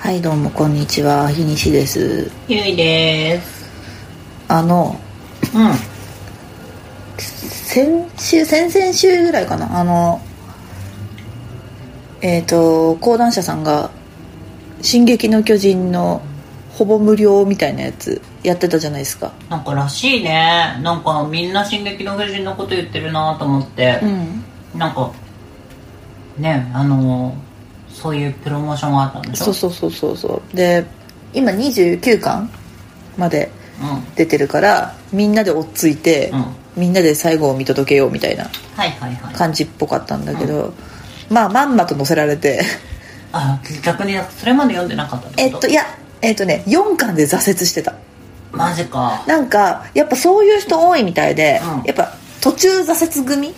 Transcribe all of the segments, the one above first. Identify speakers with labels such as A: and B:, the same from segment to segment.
A: はいどうもこんにちは日西です
B: ゆいです。
A: あの
B: うん。
A: 先週先々週ぐらいかなあのえっ、と講談社さんが「進撃の巨人」のほぼ無料みたいなやつやってたじゃないですか
B: なんからしいね。なんかみんな進撃の巨人のこと言ってるなと思って
A: う、ん
B: なんか、ね、あのー、そういうプロモーションがあったんでしょ
A: そうそうそうそうそうで今29巻まで
B: う
A: 出てるからみんなで追っついて、
B: ん。うん。
A: みんなで最後を見届けようみたいな
B: はいはいはい。
A: 感じっぽかったんだけど、まあまんまと載せられて
B: あ、逆にそれまで読んでなかったって
A: え
B: こ
A: っ
B: と
A: といやえっとね4巻で挫折してた
B: マジか。
A: なんかやっぱそういう人多いみたいで、
B: うん
A: やっぱ途中挫折組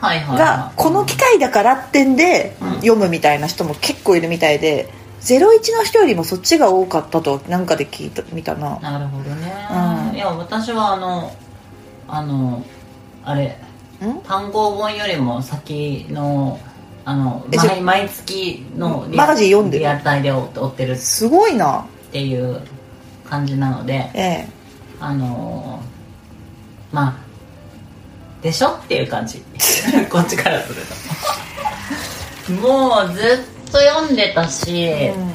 B: はいはい、は
A: が
B: い。
A: この機会だからってんで
B: うん
A: 読むみたいな人も結構いるみたいで「01」の人よりもそっちが多かったとなんかで聞いた見たな
B: なるほどね。
A: うん
B: いや、私はあの、あの、あれ、
A: ん
B: 単行本よりも先のあの
A: えじゃ
B: 毎毎月の
A: マガジン読んでる
B: リアタイで追ってるっ
A: すごいな
B: ていう感じなので
A: ええ
B: あのーまあでしょっていう感じ こっちからするともうずっと読んでたし、うん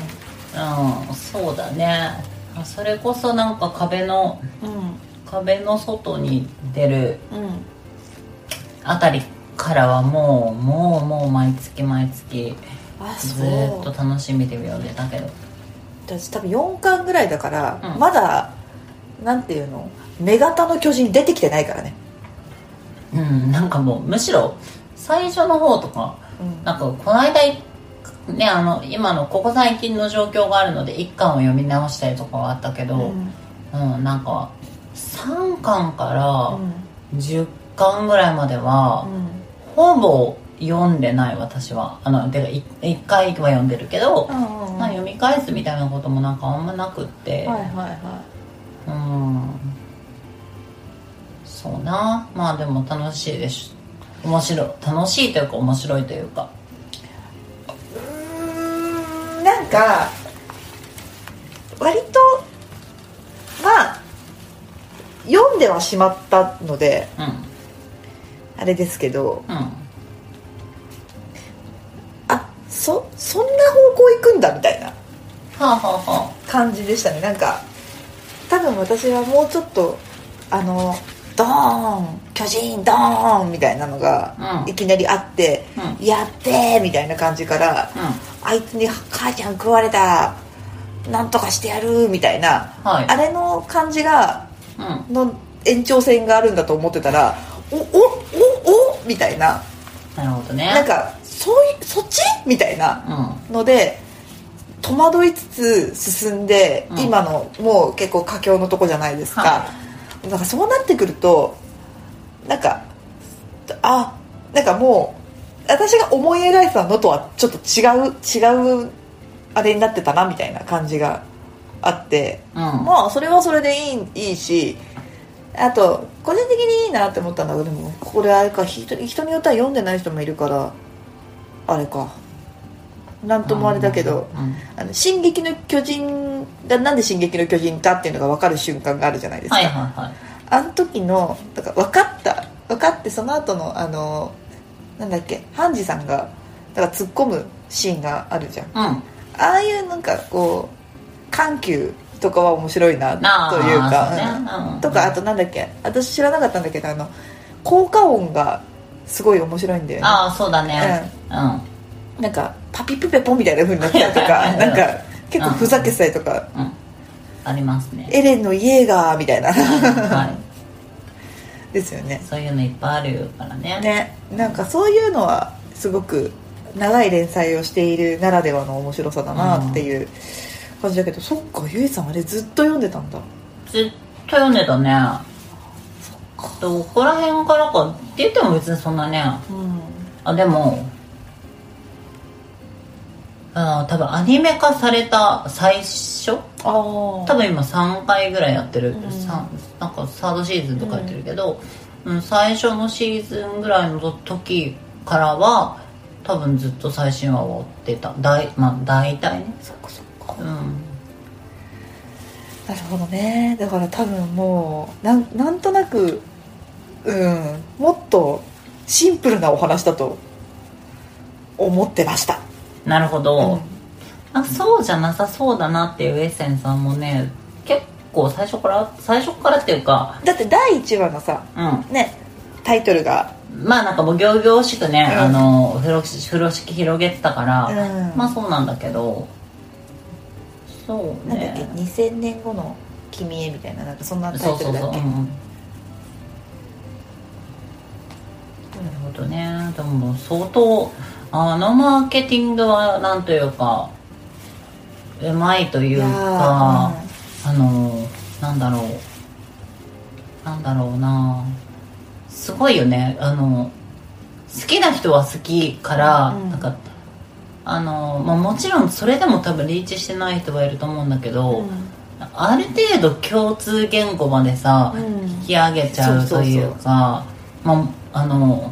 B: そうだねそれこそなんか壁の
A: うんうん
B: 壁の外に出る
A: うん
B: あたりからはもうもうもう毎月毎月
A: あそ
B: ずーっと
A: う
B: 楽しみで読んでたけど
A: 私多分4巻ぐらいだから、
B: うん
A: まだなんていうの目型の巨人出てきてないからね、
B: うんなんかもうむしろ最初の方とか
A: うん
B: なんかこの間いねあの今のここ最近の状況があるので1巻を読み直したりとかはあったけどう、
A: うんん
B: なんか3巻か
A: う
B: ら
A: ん
B: 10巻ぐらいまでは
A: うん
B: ほぼ読んでない私はあのてか 1, 回は読んでるけど、
A: うんうん
B: まあ、読み返すみたいなこともなんかあんまなくって、
A: はいはいは
B: うんそうなまあでも楽しいです面白い楽しいというか面白いというか
A: いうーんなんか割とまあ読んではしまったので
B: うん
A: あれですけど
B: うん
A: あそそんな方向行くんだみたいな
B: はあはあは
A: 感じでしたねなんか多分私はもうちょっとあのドーン巨人ドーンみたいなのが
B: うん
A: いきなりあって、
B: う
A: やっべーみたいな感じから
B: あ
A: あいつに母ちゃん食われたなんとかしてやるみたいな
B: うんはい
A: あれの感じが
B: うん
A: の延長線があるんだと思ってたらおおおおみたいな
B: なるほどね
A: なんかそういそっちみたいな
B: うん
A: ので戸惑いつつ進んで、
B: うん
A: 今のもう結構佳境のとこじゃないですか、
B: は
A: なんかそうなってくるとなんかあなんかもう私が思い描いてたのとはちょっと違う違うあれになってたなみたいな感じがあって
B: うん
A: まあそれはそれでいいいいしあと個人的にいいなって思ったんだけどでもこれあれか人人によっては読んでない人もいるからあれかなんともあれだけど
B: うんうん
A: 「あの進撃の巨人」がなんで「進撃の巨人」かっていうのが分かる瞬間があるじゃないですか、
B: はいはいはい
A: あの時のだから分かった分かってその後のあのなんだっけハンジさんがだから突っ込むシーンがあるじゃん
B: う
A: ああいうなんかこう緩急とかは面白いなと
B: んなあ
A: いうか
B: そうね
A: うん
B: うん
A: とかあとなんだっけ私知らなかったんだけどあの効果音がすごい面白いんだよね
B: ああそうだねうん
A: なんかパピプペポみたいな風になったりとかなんか結構ふざけてたりとか、
B: うんありますね
A: エレンのイエーガーみたいな
B: は
A: ですよね
B: いそういうのいっぱいあるからね
A: ねなんかそういうのはすごく長い連載をしているならではの面白さだなっていう感じだけど、そっかゆいさんあれずっと読んでたんだ
B: ずっと読んでたねどこら辺からかって言っても別にそんなね
A: うん
B: あでもあ多分アニメ化された最初
A: ああ
B: 多分今3回ぐらいやってる、
A: うん
B: さん、なんかサードシーズンとかやってるけど、うん最初のシーズンぐらいの時からは多分ずっと最新話を追ってた大,、まあ、大体ね
A: そっかそっか
B: うん
A: なるほどねだから多分もうなんなんとなくうんもっとシンプルなお話だと思ってました
B: なるほ
A: う
B: ど、
A: ん
B: あそうじゃなさそうだなっていうエッセンさんもね結構最初から最初からっていうか
A: だって第1話のさ
B: うん
A: ねタイトルが
B: まあなんかもう行々しくね、
A: うん
B: あの風呂敷風呂敷広げてたから、
A: うん
B: まあそうなんだけどそう
A: なんだっけ、
B: ね
A: 2000年後の君へみたいななんかそんなタ
B: そ
A: イ
B: う
A: ト
B: そ
A: ル
B: う
A: だ
B: そう、
A: っ
B: うん
A: け
B: なるほどねでも相当あのマーケティングはなんというかうまいとい
A: いうや
B: か、
A: ーうん
B: あのなんだろうなんだろうなすごいよねあの好きな人は好きから、
A: うん
B: なんかあの、まあ、もちろんそれでも多分リーチしてない人はいると思うんだけど、ある程度共通言語までさ、
A: うん
B: 引き上げちゃうというかまああの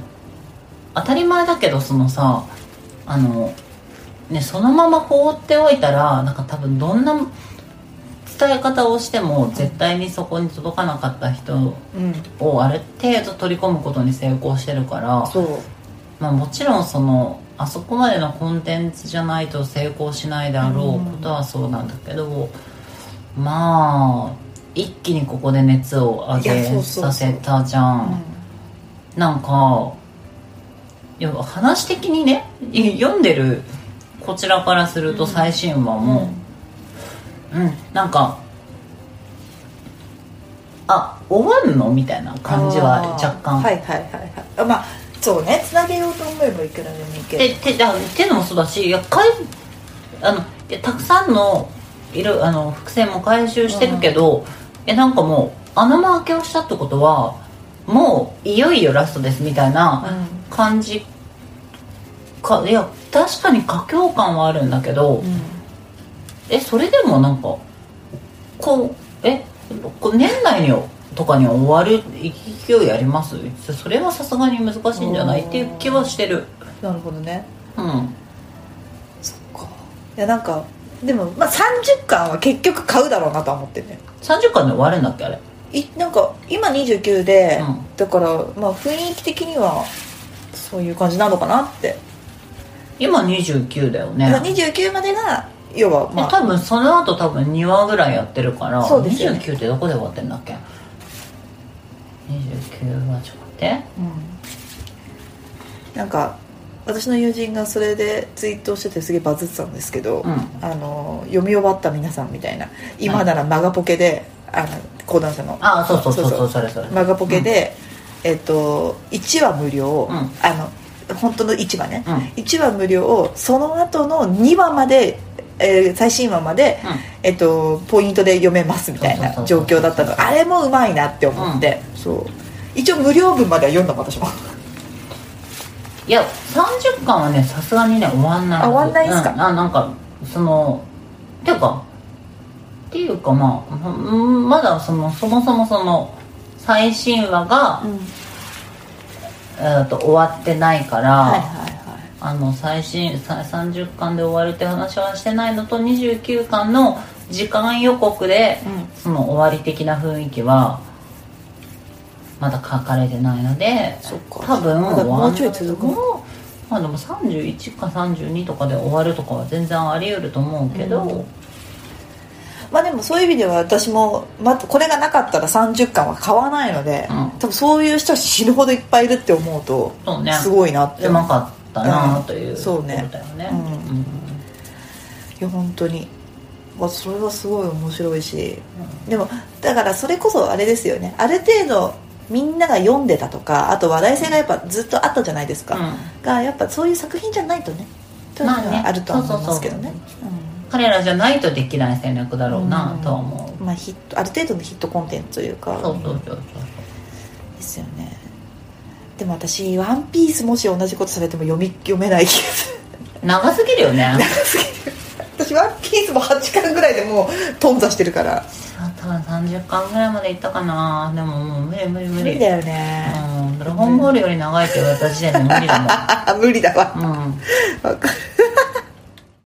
B: 当たり前だけどそのさあの、ね、そのまま放っておいたらなんか多分どんな伝え方をしても絶対にそこに届かなかった
A: う
B: 人
A: ん
B: をある程度取り込むことに成功してるから、
A: そう
B: まあ、もちろんそのあそこまでのコンテンツじゃないと成功しないであろうことはそうなんだけど、まあ一気にここで熱を上
A: いやそう
B: げ
A: そうそう
B: させたじゃん。なんかいや話的にねい読んでるこちらからすると
A: うん
B: 最新話
A: うん
B: も、うんなんかあ終わんのみたいな感じはある
A: ー
B: 若干、
A: はいはいはいはいあまあそうねつなげようと思えばいくらでもいける
B: で手だ手のもそうだしいやかいあのいやたくさんのいろあの伏線も回収してるけど、えなんかもう穴間開けをしたってことはもういよいよラストですみたいな感じかいや確かに佳境感はあるんだけど、
A: うん
B: えそれでもなんかこうえこう年内にとかに終わる勢いありますそれはさすがに難しいんじゃないっていう気はしてる
A: なるほどね
B: うん
A: そっかいやなんかでも、まあ、30巻は結局買うだろうなとは思ってんね
B: 30巻で終わるんだっけあれ
A: いなんか今29で、
B: うん
A: だからまあ雰囲気的にはそういう感じなのかなって、
B: 今29だよね
A: だから29までが要はま
B: え
A: あ
B: 多分その後多分2話ぐらいやってるから、
A: そうですよね
B: 29ってどこで終わってんだっけ29はちょっと待って
A: うんなんか私の友人がそれでツイートしててすげえバズってたんですけど、
B: うん
A: あの読み終わった皆さんみたいな今ならマガポケで、あの講談社の
B: あそうそうそうそう
A: そうそう
B: それそれ
A: マガポケで、えっと1話無料、
B: うん
A: あの本当の1話ね、
B: うん
A: 1話無料をその後の2話まで、えー最新話まで、
B: うん
A: えっとポイントで読めますみたい
B: そ
A: な
B: うそう
A: 状
B: そうそう
A: 況だったのあれもうまいなって思って、そう一応無料分までは読んだもん私も
B: いや30巻はねさすがにね終わんない
A: あ終わんないんすか
B: うあなんかそのっていうかっていうかまあうんまだそのそもそもその最新話が、
A: うん
B: えー、と終わってないか ら、
A: はいはいはい
B: あの最新さ30巻で終わるって話はしてないのと29巻の時間予告で、
A: う
B: その終わり的な雰囲気はまだ書かれてないので
A: そっか
B: 多分
A: まだもうちょい続くの
B: もうまあでも31か32とかで終わるとかは全然あり得ると思うけど、
A: うんまあでもそういう意味では私も、まあ、これがなかったら30巻は買わないので、
B: うん
A: 多分そういう人は死ぬほどいっぱいいるって思うと
B: そうね
A: すごいなって
B: うまかったなといううんと
A: そ
B: こ
A: う
B: ろ
A: ね
B: だよね、
A: うん
B: うん
A: いや本当にわそれはすごい面白いし、でもだからそれこそあれですよねある程度みんなが読んでたとかあと話題性がやっぱずっとあったじゃないですか、がやっぱそういう作品じゃないとねというの
B: まあね
A: があるとは思いますけどね
B: そう彼らじゃないとできない戦略だろうなとは思
A: うんまあヒットある程度のヒットコンテンツというか
B: う、そうそうそうそう
A: ですよねでも私「ワンピースもし同じことされても読み読めない気がする
B: 長すぎるよね
A: 私「ワンピースも8巻ぐらいでもう頓挫してるから
B: あ多分30巻ぐらいまでいったかなでももう無理無理無
A: 無
B: 理
A: 理だよね、
B: うんドラゴンボールより長いって言われた時点で無理だ
A: 無理だわ
B: もん、うん、
A: わかる